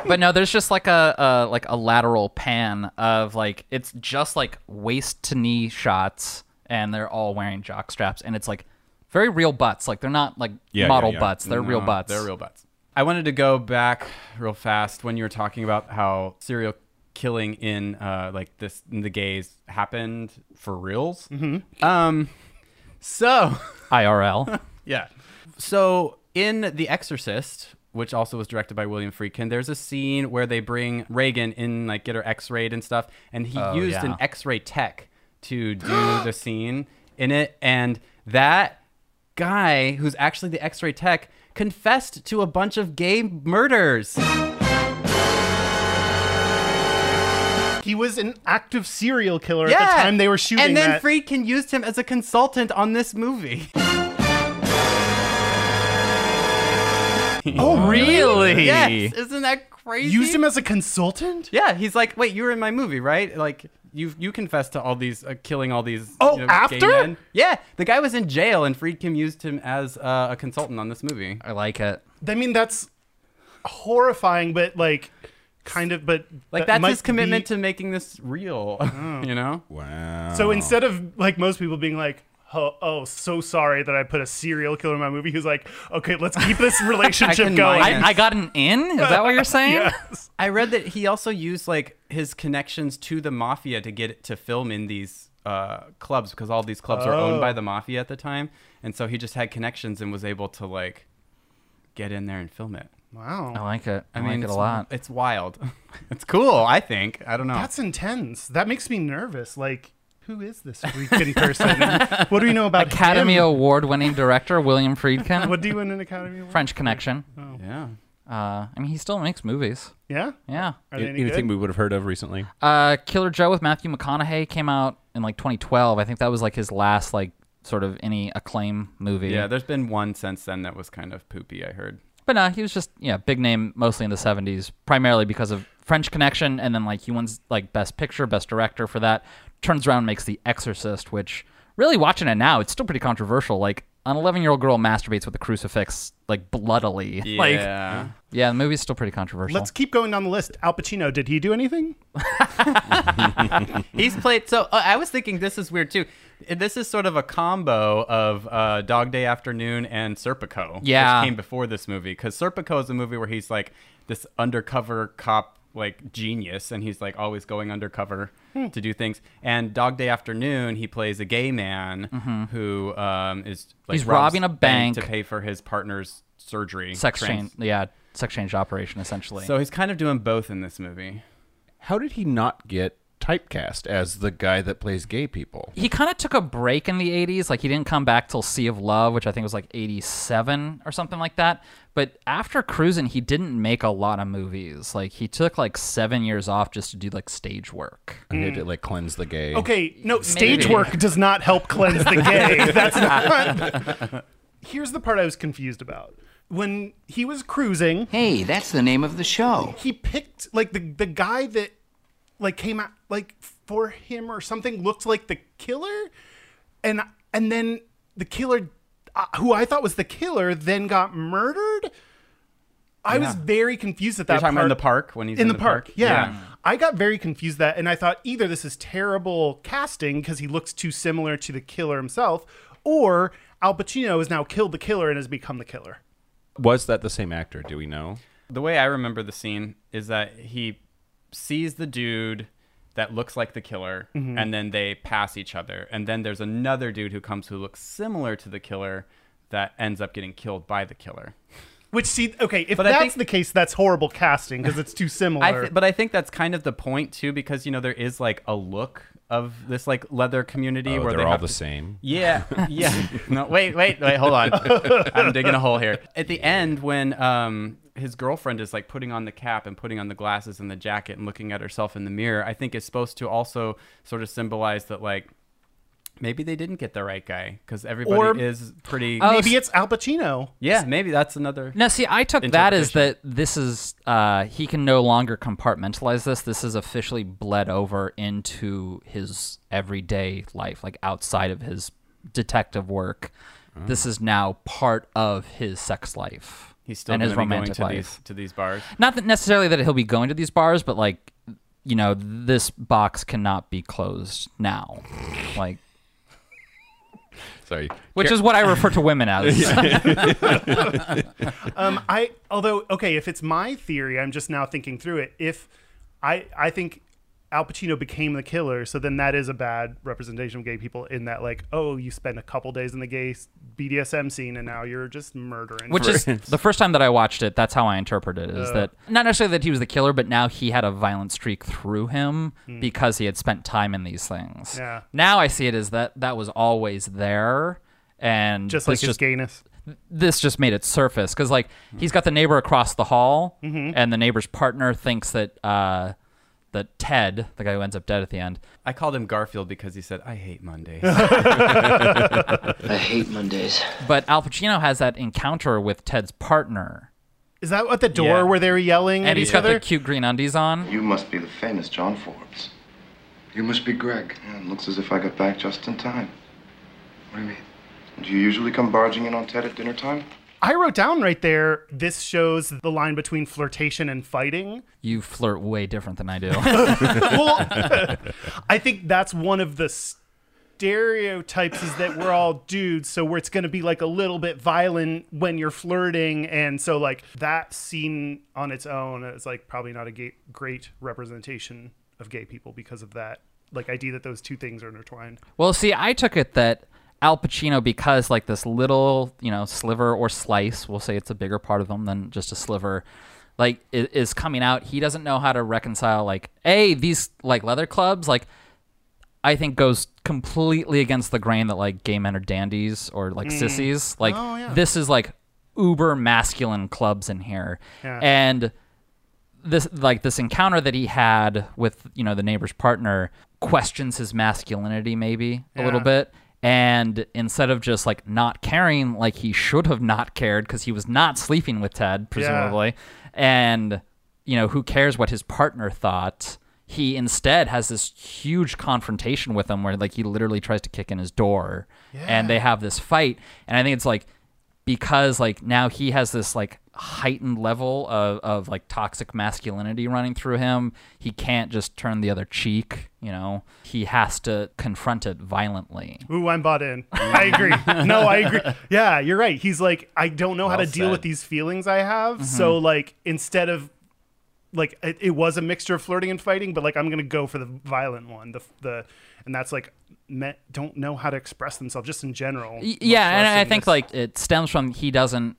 but no, there's just like a, a like a lateral pan of like it's just like waist to knee shots, and they're all wearing jock straps, and it's like very real butts. Like they're not like Yeah, model yeah, yeah. butts; they're real No, butts. They're real butts. I wanted to go back real fast when you were talking about how serial killing in uh, like this in the gays happened for reals. Mm-hmm. Um, so IRL. yeah. So in The Exorcist, which also was directed by William Friedkin, there's a scene where they bring Reagan in, like get her X-rayed and stuff, and he Oh, used yeah. an X-ray tech to [GASPS] do the scene in it, and that guy who's actually the X-ray tech confessed to a bunch of gay murders. He was an active serial killer yeah. at the time they were shooting And then that. Friedkin used him as a consultant on this movie. oh, [LAUGHS] really? yes, isn't that crazy? Used him as a consultant? Yeah, he's like, wait, you were in my movie, right? Like, you you confessed to all these uh, killing all these. Oh, you know, Gay after? men. Yeah, the guy was in jail, and Friedkin used him as uh, a consultant on this movie. I like it. I mean, that's horrifying, but like, kind of, but Like that that's his might commitment be- to making this real. [LAUGHS] Oh. you know. Wow. So instead of like most people being like. Oh, oh, so sorry that I put a serial killer in my movie. He's like, okay, let's [LAUGHS] keep this relationship can going. mine I, I got an in. Is that what you're saying? [LAUGHS] yes. I read that he also used like his connections to the mafia to get to film in these uh, clubs because all these clubs were owned Oh. by the mafia at the time, and so he just had connections and was able to like get in there and film it. Wow. I like it. I, I mean, like it it's, a lot. It's [LAUGHS] wild. it's cool. I think. I don't know. That's intense. That makes me nervous. Like, who is this freaking person? what do we [LAUGHS] know about Academy him? Award winning director William Friedkin. What do you win an Academy Award? French Connection. Yeah. Uh, I mean, he still makes movies. Yeah. Yeah. Are they any Anything good? we would have heard of recently? Uh, Killer Joe with Matthew McConaughey came out in like 2012. I think that was like his last like sort of any acclaim movie. Yeah, there's been one since then that was kind of poopy, I heard. But no, he was just yeah big name mostly in the 70s, primarily because of French Connection, and then like he wins like Best Picture, Best Director for that. Turns around, and makes The Exorcist, which really watching it now, it's still pretty controversial. Like an 11 year old girl masturbates with a crucifix like bloodily. Like Yeah. yeah, the movie's still pretty controversial. Let's keep going down the list. Al Pacino, did he do anything? He's played. So uh, I was thinking this is weird too. Uh, This is sort of a combo of uh, Dog Day Afternoon and Serpico. Yeah. which came before this movie because Serpico is a movie where he's like this undercover cop, like genius, and he's like always going undercover Hmm. to do things. And Dog Day Afternoon, he plays a gay man who um, is like Mm-hmm. He's robs robbing a to bank. pay for his partner's surgery. sex trans- change. Yeah, sex change operation essentially. So he's kind of doing both in this movie. How did he not get typecast as the guy that plays gay people? he kind of took a break in the 80s like he didn't come back till sea of love which i think was like 87 or something like that but after cruising he didn't make a lot of movies like he took like seven years off just to do like stage work And they did like cleanse the gay. Mm. Okay, no, stage work does not help cleanse the [LAUGHS] gay. That's not. [LAUGHS] Here's the part I was confused about. When he was cruising, Hey, that's the name of the show. he picked like the the guy that like came out like for him or something looked like the killer and and then the killer uh, who I thought was the killer then got murdered. I was very confused at that. You're talking about in part the park when he's in the park. Yeah. I got very confused that and I thought either this is terrible casting because he looks too similar to the killer himself, or Al Pacino has now killed the killer and has become the killer. Was that the same actor? Do we know? The way I remember the scene is that he sees the dude that looks like the killer, Mm-hmm. and then they pass each other. And then there's another dude who comes who looks similar to the killer that ends up getting killed by the killer. Which see okay, if But I that's think- the case, that's horrible casting because it's too similar. I th- but I think that's kind of the point too, because you know there is like a look of this like leather community Oh, where they're they all have the to- same. Yeah, [LAUGHS] yeah. No, wait, wait, wait. Hold on. I'm digging a hole here. At the end, when um his girlfriend is like putting on the cap and putting on the glasses and the jacket and looking at herself in the mirror, I think it's supposed to also sort of symbolize that like maybe they didn't get the right guy because everybody Or- is pretty. Maybe it's Al Pacino. yeah, maybe that's another. now see i took Oh. that as that this is uh, he can no longer compartmentalize this this is officially bled over into his everyday life like outside of his detective work Mm. this is now part of his sex life He's still and gonna his be going romantic to life these to these bars. not that necessarily that he'll be going to these bars, but like, you know, this box cannot be closed now, like, Sorry. which is what I refer to women [LAUGHS] as. Um, I although okay, if it's my theory, I'm just now thinking through it. If I I think Al Pacino became the killer, so then that is a bad representation of gay people in that like, oh, you spent a couple days in the gay s- BDSM scene and now you're just murdering. Which is the first time that I watched it. That's how I interpreted it. Is Uh. that not necessarily that he was the killer, but now he had a violent streak through him because he had spent time in these things. Hmm. Yeah. Now I see it as that that was always there, and just this like his gayness. this just made it surface because like he's got the neighbor across the hall and the neighbor's partner thinks that uh that ted the guy who ends up dead at the end I called him Garfield because he said I hate [LAUGHS] Mondays. I hate Mondays. but al pacino has that encounter with ted's partner Is that at the door Yeah. where they were yelling and at he's each got other? the cute green undies on You must be the famous John Forbes. You must be Greg. Yeah, it looks as if I got back just in time. What do you mean? Do you usually come barging in on Ted at dinner time? I wrote down right there. This shows the line between flirtation and fighting. you flirt way different than i do well, [LAUGHS] I think that's one of the stereotypes is that we're all dudes, so where it's going to be like a little bit violent when you're flirting, and so like that scene on its own is like probably not a gay, great representation of gay people because of that like idea that those two things are intertwined. well see i took it that al pacino because like this little you know sliver or slice we'll say it's a bigger part of him than just a sliver like i- is coming out he doesn't know how to reconcile like a these like leather clubs like I think goes c- completely against the grain that like gay men are dandies or like sissies. Like Oh, yeah. this is like uber masculine clubs in here, and this like this encounter that he had with you know the neighbor's partner questions his masculinity maybe a little bit and instead of just like not caring like he should have not cared because he was not sleeping with ted presumably and you know who cares what his partner thought he instead has this huge confrontation with him where like he literally tries to kick in his door and they have this fight and i think it's like because like now he has this like heightened level of, of like toxic masculinity running through him he can't just turn the other cheek you know he has to confront it violently Ooh, I'm [LAUGHS] bought in. I agree. No, I agree. Yeah, you're right. He's like, I don't know how Well to deal said. Mm-hmm. with these feelings I have. So like, instead of like, it, it was a mixture of flirting and fighting, but like, I'm gonna go for the violent one. The the, and that's like, men don't know how to express themselves just in general. Y- yeah much and less i in think this- like it stems from he doesn't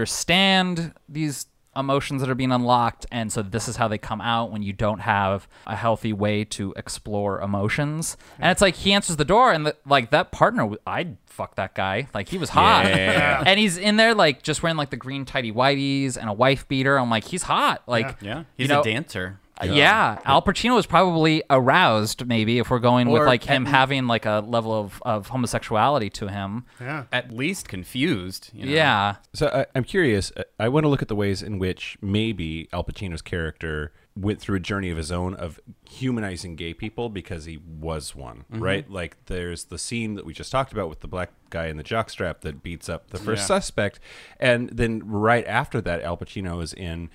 understand these emotions that are being unlocked and so this is how they come out when you don't have a healthy way to explore emotions and it's like he answers the door and the, like that partner w- i'd fuck that guy like he was hot Yeah. [LAUGHS] and he's in there like just wearing like the green tidy whities and a wife beater i'm like he's hot like Yeah, he's you know, uh, a dancer. yeah. Al Pacino was probably aroused, maybe, if we're going with Or like him at- having like a level of, of homosexuality to him. At least confused. you know? Yeah. So I, I'm curious. I- I want to look at the ways in which maybe Al Pacino's character went through a journey of his own of humanizing gay people because he was one, right? Like there's the scene that we just talked about with the black guy in the jockstrap that beats up the first suspect, and then right after that, Al Pacino is in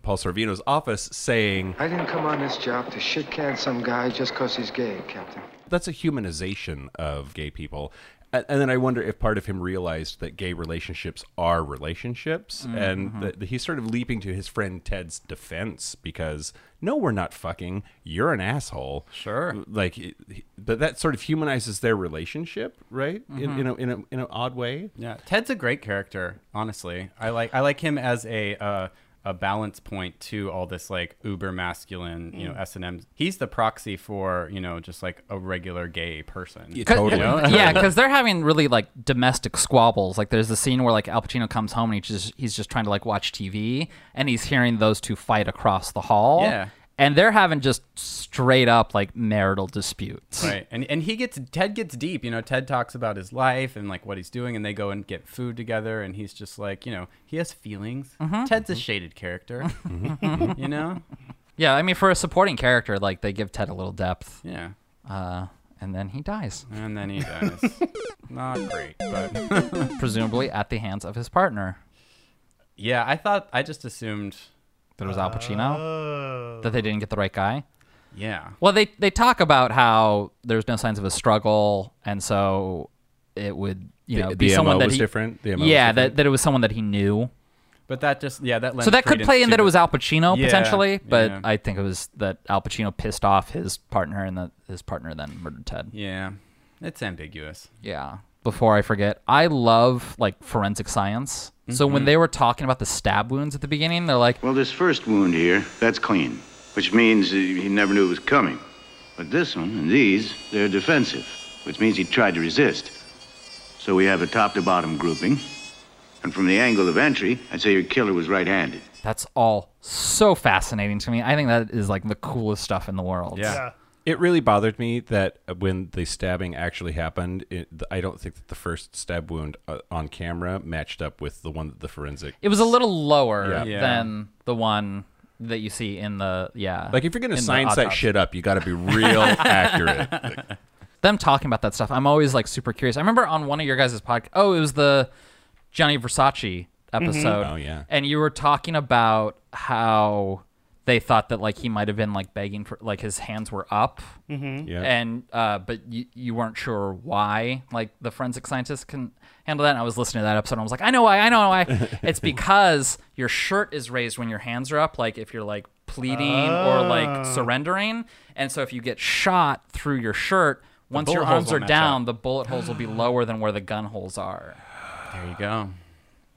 Paul Sorvino's office saying, I didn't come on this job to shit can some guy just 'cause he's gay, Captain. that's a humanization of gay people. A- And then I wonder if part of him realized that gay relationships are relationships, Mm-hmm. and that that he's sort of leaping to his friend Ted's defense because no, we're not fucking. You're an asshole. Sure. Like, it- he- but that sort of humanizes their relationship, right? Mm-hmm. In, in, a, in a in an odd way. Yeah, Ted's a great character. Honestly, I like I like him as a uh, a balance point to all this like uber masculine, you know, S and M. He's the proxy for you know just like a regular gay person. Totally. [LAUGHS] yeah, because they're having really like domestic squabbles. Like there's the scene where like Al Pacino comes home and he's just he's just trying to like watch TV and he's hearing those two fight across the hall. Yeah. And they're having just straight up like marital disputes. Right, and and he gets Ted gets deep. You know, Ted talks about his life and like what he's doing, and they go and get food together, and he's just like, you know, he has feelings. Ted's a shaded character, you know. Yeah, I mean for a supporting character, like they give Ted a little depth. Yeah, Uh and then he dies, and then he dies. Not great, but presumably at the hands of his partner. yeah, I thought I just assumed. That it was Al Pacino. That they didn't get the right guy. Yeah, Well, they they talk about how there's no signs of a struggle, and so it would you know The- be the someone MO that was he- different? The MO was yeah, That, different? that it was someone that he knew. but that just yeah that lends So that could credence play to in that it the- was Al Pacino Yeah, potentially, but yeah. I think it was that Al Pacino pissed off his partner, and that his partner then murdered Ted. Yeah, it's ambiguous. Yeah. Before I forget, I love like forensic science. So Mm-hmm. when they were talking about the stab wounds at the beginning, they're like, Well, this first wound here, that's clean, which means he he never knew it was coming. But this one and these, they're defensive, which means he tried to resist. So we have a top to bottom grouping. And from the angle of entry, I'd say your killer was right handed. "That's all so fascinating to me." I think that is like the coolest stuff in the world. Yeah. Yeah. It really bothered me that when the stabbing actually happened, it, I don't think that the first stab wound uh, on camera matched up with the one that the forensic. It was a little lower Yeah. Yeah. than the one that you see in the yeah. Like if you're in gonna the science that autopsy. shit up, you got to [LAUGHS] be real accurate. them talking about that stuff, I'm always like super curious. I remember on one of your guys' podcast. Oh, it was the Johnny Versace episode. Oh, yeah. and you were talking about how they thought that like he might have been like begging for like his hands were up. Yeah. and uh, but you, you weren't sure why like the forensic scientist can handle that and i was listening to that episode and i was like i know why [LAUGHS] i know why it's because your shirt is raised when your hands are up like if you're like pleading or like surrendering and so if you get shot through your shirt once your bullet holes arms will are match down up. the bullet holes will be lower than where the gun holes are There you go.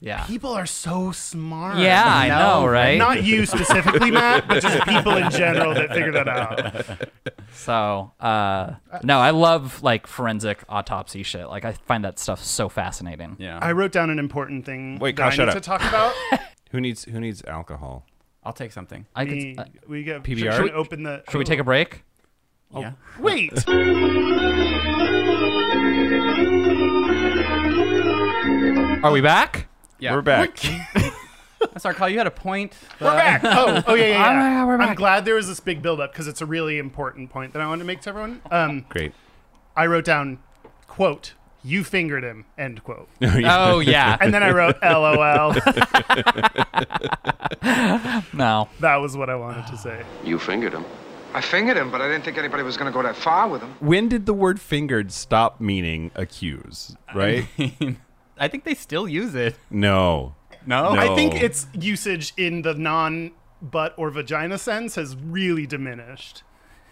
Yeah. People are so smart. Yeah, I know, right? Not you specifically, Matt, but just people in general that figure that out. So, uh, no, I love like forensic autopsy shit. Like, I find that stuff so fascinating. Yeah. I wrote down an important thing Wait, that Kyle, I shut need up. to talk about. Who needs who needs alcohol? I'll take something. I could, Me- uh, we get PBR? Should, Should we we- open the? should we take [LAUGHS] a break? Yeah. Wait. Are we back? Yeah. We're back. That's our call. You had a point. We're back. [LAUGHS] Oh, oh yeah, yeah. yeah. Oh my God, we're I'm back. glad there was this big buildup because it's a really important point that I wanted to make to everyone. Um, Great. I wrote down, quote, "You fingered him," end quote, Oh, [LAUGHS] yeah. and then [LAUGHS] I wrote, "LOL." no. [LAUGHS] that was what I wanted to say. You fingered him. I fingered him, but I didn't think anybody was going to go that far with him. When did the word fingered stop meaning accuse? [LAUGHS] Right? I think they still use it. no. No. I think Oh. its usage in the non butt or vagina sense has really diminished.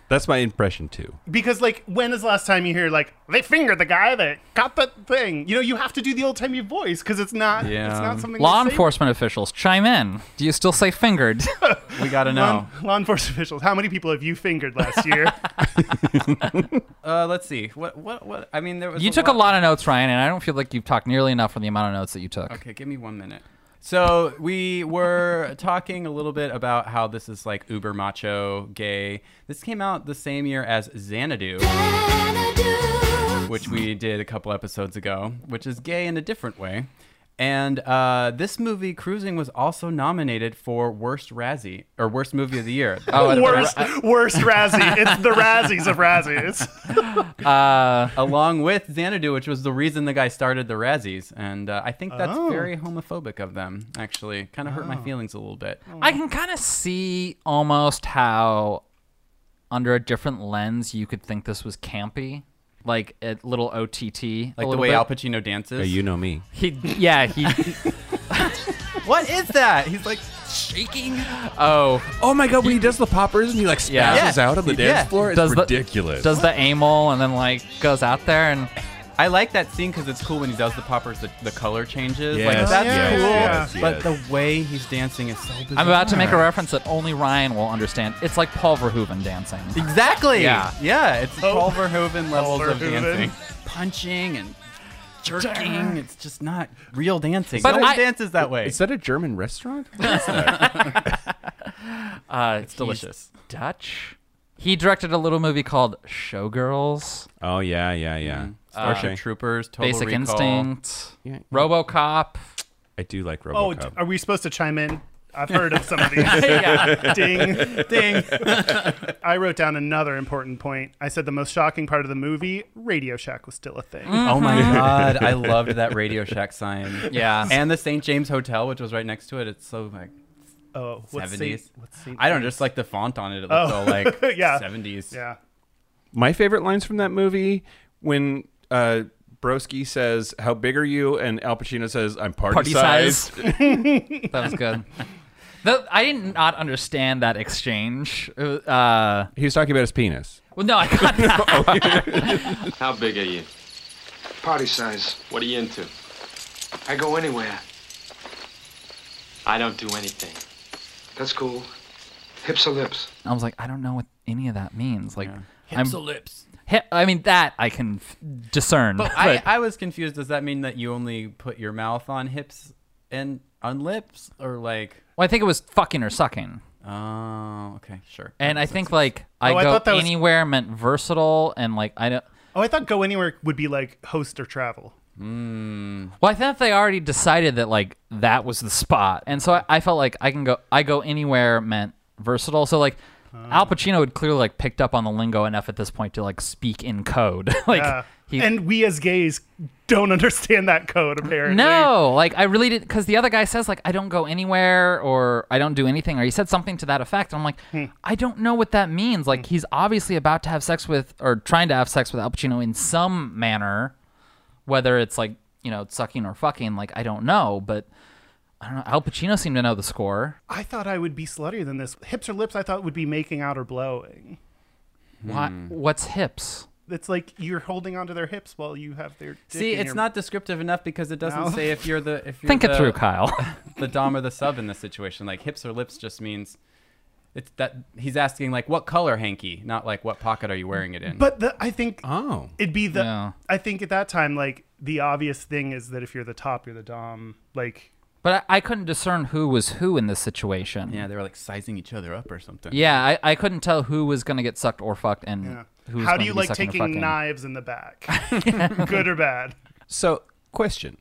That's my impression too. Because like when is the last time you hear like they fingered the guy that got the thing? You know, you have to do the old timey voice because it's not Yeah. it's not something Law that's safe. enforcement officials, chime in. Do you still [LAUGHS] say fingered? we got to know. Law- Law enforcement officials, how many people have you fingered [LAUGHS] last year? Uh, let's see. What? What? What? I mean, there was. you took a lot of notes, Ryan, and I don't feel like you've talked nearly enough for the amount of notes that you took. Okay, give me one minute. So we were [LAUGHS] talking a little bit about how this is like uber macho, gay. This came out the same year as Xanadu, which we did a couple episodes ago, which is gay in a different way. And uh, this movie, Cruising, was also nominated for worst Razzie or worst movie of the year. Oh, and- worst, worst Razzie. [LAUGHS] It's the Razzies of Razzies. along with Xanadu, which was the reason the guy started the Razzies. And uh, I think that's Oh. very homophobic of them, actually. Kind of hurt my feelings a little bit. I can kind of see almost how, under a different lens, you could think this was campy, like a little OTT, Like the way Al Pacino dances. you know me. He, yeah, [LAUGHS] he. [LAUGHS] what is that? He's like, Oh, Oh my god, when he does the poppers and he like Yeah. spazzes out on the dance Yeah. floor, it's Does the- ridiculous. does the amol and then like goes out there and I like that scene because it's cool when he does the poppers, the, the color changes. Yes, Like, that's yes, cool. But yes, the way he's dancing is so bizarre. I'm about to make a reference that only Ryan will understand. It's like Paul Verhoeven dancing. Exactly. Yeah. Yeah. It's Oh. Paul Verhoeven levels of Verhoeven. dancing. Punching and jerking. It's just not real dancing. But no one I- dances that way. Is that a [LAUGHS] German restaurant? Uh, it's delicious. Dutch. He directed a little movie called Showgirls, oh yeah, yeah, yeah. Mm-hmm. Uh, Starship Troopers, Total Basic Recall. Instinct, Yeah. RoboCop. I do like Oh, RoboCop. d- are we supposed to chime in? I've heard of some [LAUGHS] of these. Ding, ding. I wrote down another important point. I said the most shocking part of the movie, Radio Shack was still a thing. Mm-hmm. Oh [LAUGHS] my god, I loved that Radio Shack sign. Yeah. And the St. James Hotel, which was right next to it. It's so like Oh, what's seventies. Saint- what's Saint I don't know, James? just like the font on it. It looks Oh. all like [LAUGHS] Yeah. seventies. Yeah. my favorite lines from that movie when uh Broski says, "How big are you?" and Al Pacino says, "I'm party, Party sized." size. [LAUGHS] that was good. The, I did not understand that exchange. It was- Uh, He was talking about his penis. well, no, I got that. How big are you? Party size. What are you into? I go anywhere. I don't do anything. That's cool. Hips or lips? I was like, I don't know what any of that means. Like, I'm, Hips or lips. hip, I mean, that I can f- discern. [LAUGHS] But I, I was confused. Does that mean that you only put your mouth on hips and on lips? Or like well, I think it was fucking or sucking. oh okay, sure. And I think like I Oh, I go thought that was- anywhere meant versatile and like I don't. Oh, I thought go anywhere would be like host or travel. Well, I thought they already decided that like that was the spot, and so I, I felt like I can go. I go anywhere meant versatile. So like. Ah. Al Pacino had clearly like picked up on the lingo enough at this point to like speak in code. [LAUGHS] like Yeah. he Uh, and we as gays don't understand that code apparently. No, like I really did because the other guy says like I don't go anywhere or I don't do anything or he said something to that effect. And I'm like, Hmm. I don't know what that means. Like he's obviously about to have sex with or trying to have sex with Al Pacino in some manner, whether it's like you know sucking or fucking. Like I don't know, but I don't know. Al Pacino seemed to know the score. I thought I would be sluttier than this. Hips or lips I thought would be making out or blowing. Why, what's hips? It's like you're holding onto their hips while you have their. dick See, in it's your- not descriptive enough because it doesn't No. say if you're the if you're Think the- it through, [LAUGHS] Kyle. [LAUGHS] the dom or the sub in this situation. Like hips or lips just means it's that he's asking like what color hanky, not like what pocket are you wearing it in. But the, I think Oh. it'd be the. Yeah. I think at that time, like the obvious thing is that if you're the top, you're the dom. Like but I, I couldn't discern who was who in this situation. yeah, they were like sizing each other up or something. Yeah, I, I couldn't tell who was going to get sucked or fucked and Yeah. who was How going do you to be like sucking or taking fucking. knives in [LAUGHS] the back? Good or bad? So, question.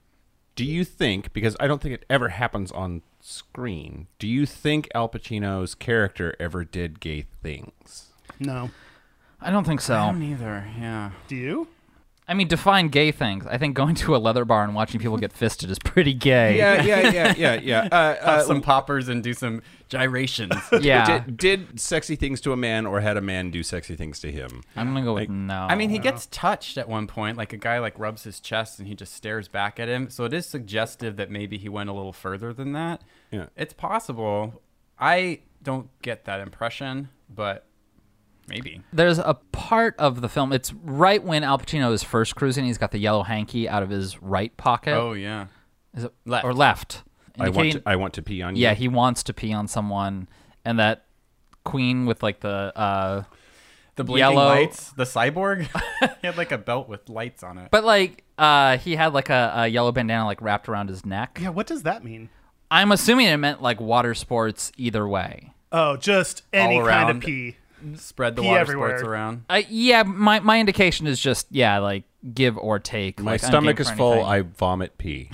Do you think, because I don't think it ever happens on screen, do you think Al Pacino's character ever did gay things? No. I don't think so. I I, don't e- either. Yeah. Do you? mean, define gay things. I think going [LAUGHS] to a leather bar and watching people get fisted is pretty gay. Yeah, yeah, yeah, yeah, yeah. [LAUGHS] Uh, Have some poppers and do some [LAUGHS] gyrations. [LAUGHS] Yeah. did, did sexy things to a man or had a man do sexy things to him? I'm going to go with no. I mean, he gets touched at one point. Like a guy like rubs his chest and he just stares back at him. So it is suggestive that maybe he went a little further than that. Yeah. It's possible. I don't get that impression, but maybe. There's a part of the film. It's right when Al Pacino is first cruising. He's got the yellow hanky out of his right pocket. Oh yeah. is it left. or left? I want, to, Indicating- I want to pee on you. yeah, he wants to pee on someone, and that queen with like the. uh The blinking Yellow. lights, the cyborg. [LAUGHS] he had like a belt with lights on it. But like, uh he had like a, a yellow bandana like wrapped around his neck. Yeah. What does that mean? I'm assuming it meant like water sports either way. Oh, just any kind around. of pee. Spread the Pee water everywhere. sports around. I yeah, my my indication is just yeah, like give or take. My like, I'm stomach game is for full. anything. I vomit [LAUGHS] pee.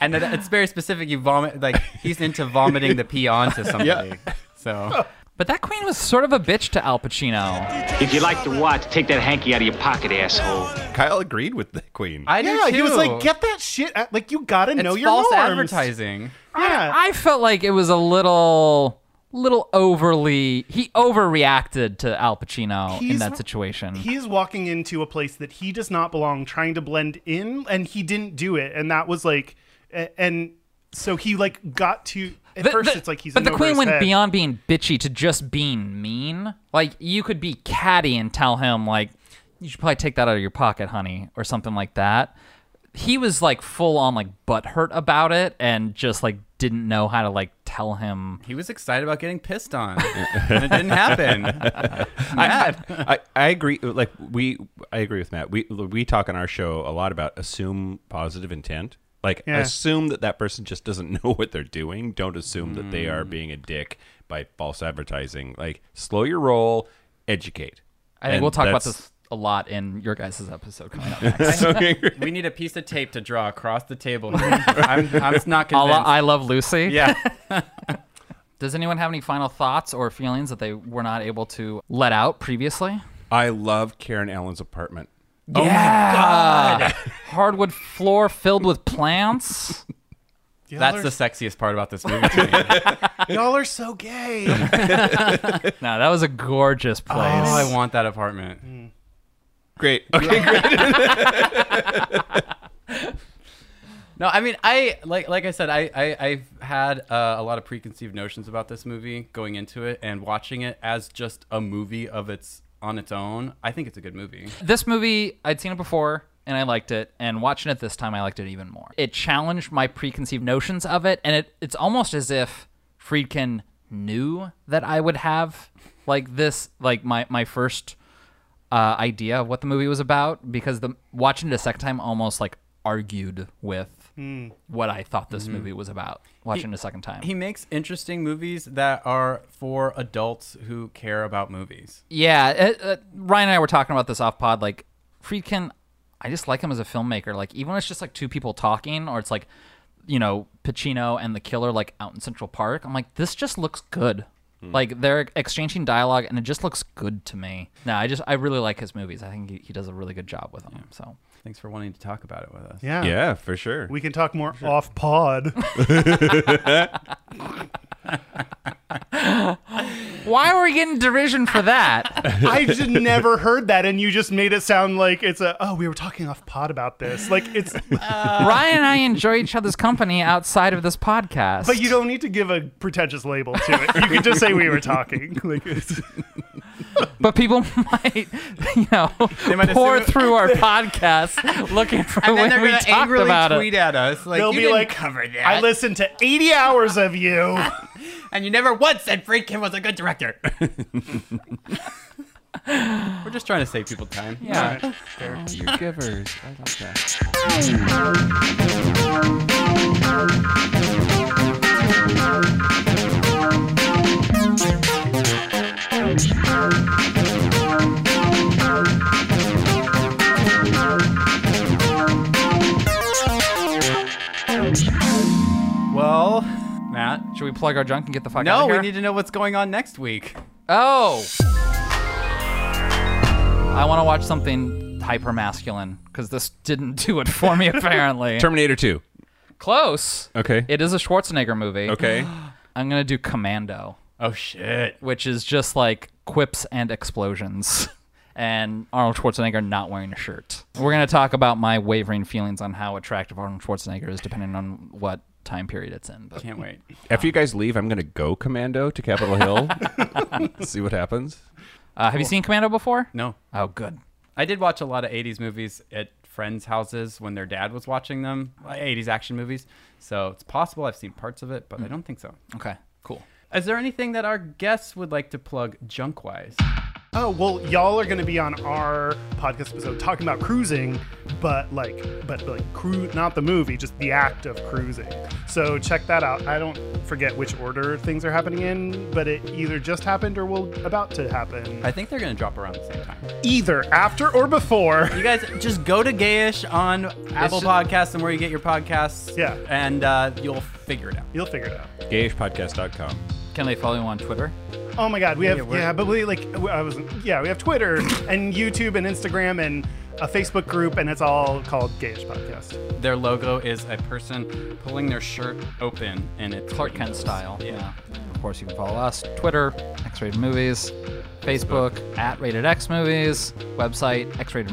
And it, it's very specific. You vomit like he's into vomiting the pee [LAUGHS] onto somebody. So But that queen was sort of a bitch to Al Pacino. If you like to watch, take that hanky out of your pocket, asshole. Kyle agreed with the queen. I do Yeah, he was like, too. get that shit. Out. Like you gotta it's know your false norms. advertising. Yeah. I felt like it was a little little overly he overreacted to Al Pacino in He's- that situation. he is walking into a place that he does not belong trying to blend in and he didn't do it and that was like a- and so he like got to at The- first the- it's like he's but in the over queen his went head. beyond being bitchy to just being mean. Like you could be catty and tell him like you should probably take that out of your pocket, honey, or something like that. He was like full on like butthurt about it and just like didn't know how to like tell him. He was excited about getting pissed on, and it didn't happen. Mad. I, I agree. Like we, I agree with Matt. We we talk on our show a lot about assume positive intent. Like Yeah. assume that that person just doesn't [LAUGHS] know what they're doing. Don't assume that they Mm. are being a dick by false advertising. Like slow your roll, educate. I think And we'll talk about that's- this a lot in your guys' episode coming [LAUGHS] up. Next. [LAUGHS] [LAUGHS] we need a piece of tape to draw across the table. Here. [LAUGHS] I'm, I'm not A la convinced. I love [LAUGHS] Lucy. yeah. [LAUGHS] Does anyone have any final thoughts or feelings that they were not able to let out previously? I love Karen Allen's apartment. Hardwood floor filled with plants. Y'all That's are- the sexiest part about this movie. [LAUGHS] To me. y'all are [LAUGHS] so gay No, that was a gorgeous place. Oh, I want that apartment. Great. Okay. [LAUGHS] No, I mean, I like like I said, I, I I've had uh, a lot of preconceived notions about this movie going into it, and watching it as just a movie of its on its own. I think it's a good movie. This movie, I'd seen it before and I liked it, and watching it this time, I liked it even more. It challenged my preconceived notions of it, and it it's almost as if Friedkin knew that I would have like this, like my my first uh, idea of what the movie was about, because the watching it a second time almost like argued with. What I thought this movie was about, watching it a second time. Hmm. Mm-hmm. He makes interesting movies that are for adults who care about movies. Yeah, it, uh, Ryan and I were talking about this off pod. Like Friedkin, I just like him as a filmmaker. Like even when it's just like two people talking, or it's like, you know, Pacino and the killer like out in Central Park. I'm like, this just looks good. Like they're exchanging dialogue, and it just looks good to me. No, I just I really like his movies. I think he, he does a really good job with them. So Thanks for wanting to talk about it with us. [LAUGHS] yeah yeah, for sure. we can talk more [LAUGHS] off pod why are we getting derision for [LAUGHS] that? i just never heard that and you just made it sound like it's a oh we were talking off pod about this like [LAUGHS] it's Ryan and I enjoy each other's company outside of this podcast. [LAUGHS] but you don't need to give a pretentious label to it you could just say we were talking like it's but people [LAUGHS] might, you know, might pour assume- through our podcast looking for And then when they're we going talked to angrily about it. tweet at us. Like, They'll you be didn't like, cover that. I listened to 80 hours of you. and you never once said Friedkin was a good director. [LAUGHS] We're just trying to save people time. Yeah. Givers. I like that. Well, Matt. Should we plug our junk and get the fuck out No, of here? we need to know what's going on next week. Oh. I want to watch something hyper masculine because this didn't do it for me apparently. Terminator 2. Close. Okay. It is a Schwarzenegger movie. [GASPS] okay. I'm gonna do Commando, Oh shit. which is just like quips and explosions, [LAUGHS] and Arnold Schwarzenegger not wearing a shirt. We're gonna talk about my wavering feelings on how attractive Arnold Schwarzenegger is depending on what time period it's in. But Can't wait. After you guys leave, I'm going to go commando to [LAUGHS] Capitol Hill. See what happens. uh, have you seen Commando before? No. Oh, good. I did watch a lot of 80s movies at friends' houses when their dad was watching them, like 80s action movies. So it's possible I've seen parts of it, but Hmm. I don't think so. Okay, cool. Is there anything that our guests would like to plug junk wise? Oh, well, y'all are going to be on our podcast episode talking about cruising, but like, but like, cru- not the movie, just the act of cruising. So check that out. I don't forget which order things are happening in, but it either just happened or will about to happen. I think they're going to drop around at the same time. Either after or before. You guys just go to Gayish on Apple just- Podcasts and where you get your podcasts. Yeah. And uh, you'll figure it out. You'll figure it out. GayishPodcast.com. Can they follow you on Twitter? Oh my God, we have yeah, but we like w- I was yeah, we have Twitter and YouTube and Instagram and a Facebook group, and it's all called Gayish Podcast. Their logo is a person pulling their shirt open and it's Clark Kent style. Yeah. Of course, you can follow us Twitter, X Rated Movies, Facebook, at Rated X Movies, website,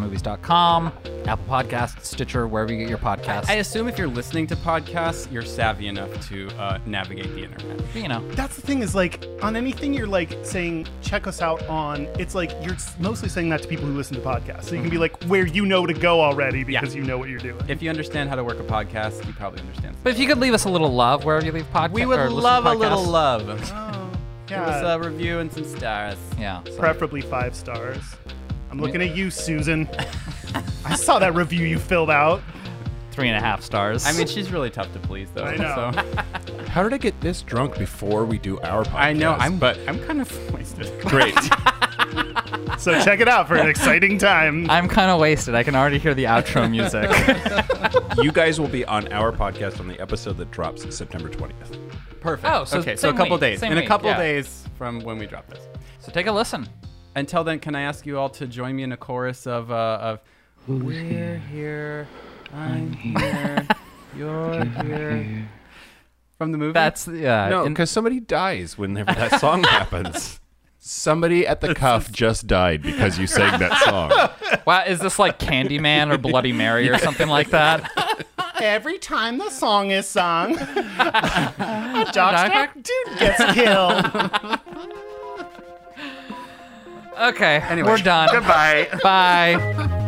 xratedmovies.com, Apple Podcasts, Stitcher, wherever you get your podcasts. I assume if you're listening to podcasts, you're savvy enough to uh, navigate the internet. you know, That's the thing is like on anything you're like saying check us out on. It's like you're s- mostly saying that to people who listen to podcasts, so you can be like where you know to go already because you know what you're doing. If you understand how to work a podcast, you probably understand. but if you could leave us a little love wherever you leave podcasts, We would love a little love. [LAUGHS] Give us Yeah, a uh, review and some stars. Yeah. preferably five stars. I'm looking at you, Susan. I saw that review you filled out. Three and a half stars. I mean, she's really tough to please, though. I know. So. How did I get this drunk before we do our [LAUGHS] podcast? I know. I'm [LAUGHS] but I'm kind of wasted. great. So check it out for an exciting [LAUGHS] time. I'm kind of wasted. I can already hear the [LAUGHS] outro music. you guys will be on our podcast on the episode that drops September 20th. Perfect. Oh, so okay, so a same couple week, days. same In a week, couple yeah. days from when we drop this. so take a listen. Until then, can I ask you all to join me in a chorus of uh, of We're here, [LAUGHS] I'm here, you're here. From the movie? That's, uh, yeah. No, and- because somebody dies whenever that song happens. Somebody at the cuff just died because you sang that song. wow, is this like Candyman or Bloody Mary [LAUGHS] or something like that? [LAUGHS] Every time the song is sung, a dog dude gets killed. Okay. Anyway. We're done. Goodbye. Bye.